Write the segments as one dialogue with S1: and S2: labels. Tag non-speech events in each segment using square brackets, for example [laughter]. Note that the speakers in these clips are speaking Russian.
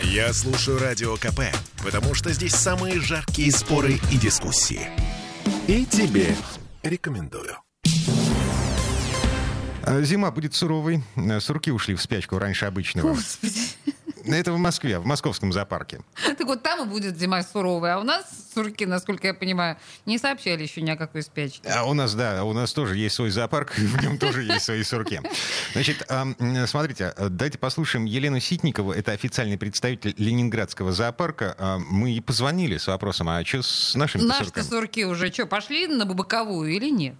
S1: Я слушаю Радио КП, потому что здесь самые жаркие споры и дискуссии. И тебе рекомендую.
S2: А, Зима будет суровой. Э, Сурки ушли в спячку раньше обычного.
S3: Господи.
S2: Это в Москве, в московском зоопарке.
S3: [laughs] Так вот там и будет зима суровая. А у нас сурки, насколько я понимаю, не сообщали еще ни о какой спячке.
S2: А у нас, да, у нас тоже есть свой зоопарк, [laughs] и в нем тоже есть свои сурки. Значит, а, м, смотрите, а, давайте послушаем Елену Ситникову, это официальный представитель Ленинградского зоопарка. А, Мы ей позвонили с вопросом, а что с нашими
S3: Наши-то
S2: сурками?
S3: сурки уже что, пошли на боковую или нет?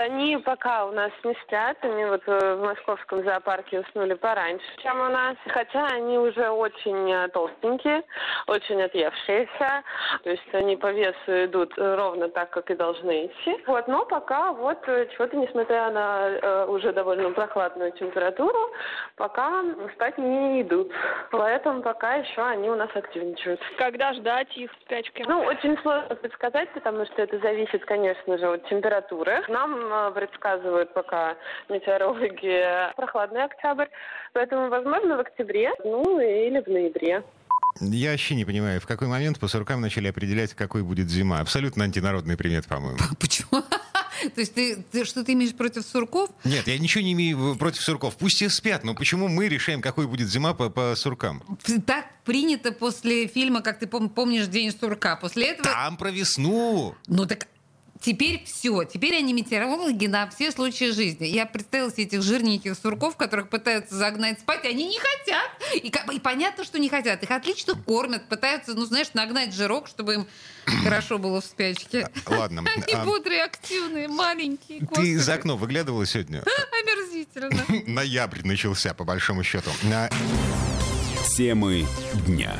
S4: Они пока у нас не спят, они вот э, в московском зоопарке уснули пораньше, чем у нас. Хотя они уже очень э, толстенькие, очень отъевшиеся, то есть они по весу идут э, ровно так, как и должны идти. Вот, но пока вот э, чего-то, несмотря на э, уже довольно прохладную температуру, пока спать не идут. Поэтому пока еще они у нас активничают.
S5: Когда ждать их в спячке?
S4: Ну, очень сложно предсказать, потому что это зависит, конечно же, от температуры. Нам э, предсказывают пока метеорологи прохладный октябрь, поэтому, возможно, в октябре, ну, или в ноябре.
S2: Я вообще не понимаю, в какой момент по суркам начали определять, какой будет зима. Абсолютно антинародный примет, по-моему.
S3: А Почему? [laughs] То есть ты, ты что ты имеешь против сурков?
S2: Нет, я ничего не имею против сурков. Пусть и спят, но почему мы решаем, какой будет зима по, по суркам?
S3: Так принято после фильма, как ты пом- помнишь, День сурка. После этого...
S2: Там про весну.
S3: Ну так теперь все. Теперь они метеорологи на все случаи жизни. Я представила себе этих жирненьких сурков, которых пытаются загнать спать, и они не хотят. И, как бы- и понятно, что не хотят. Их отлично кормят, пытаются, ну знаешь, нагнать жирок,
S2: [clears throat]
S3: чтобы им хорошо было в спячке.
S2: Ладно.
S3: Они
S2: а
S3: бодрые, активные, маленькие.
S2: Ты
S3: господи.
S2: из окна выглядывала сегодня?
S3: Омерзительно.
S2: Ноябрь начался, по большому счету. На-
S6: Темы дня.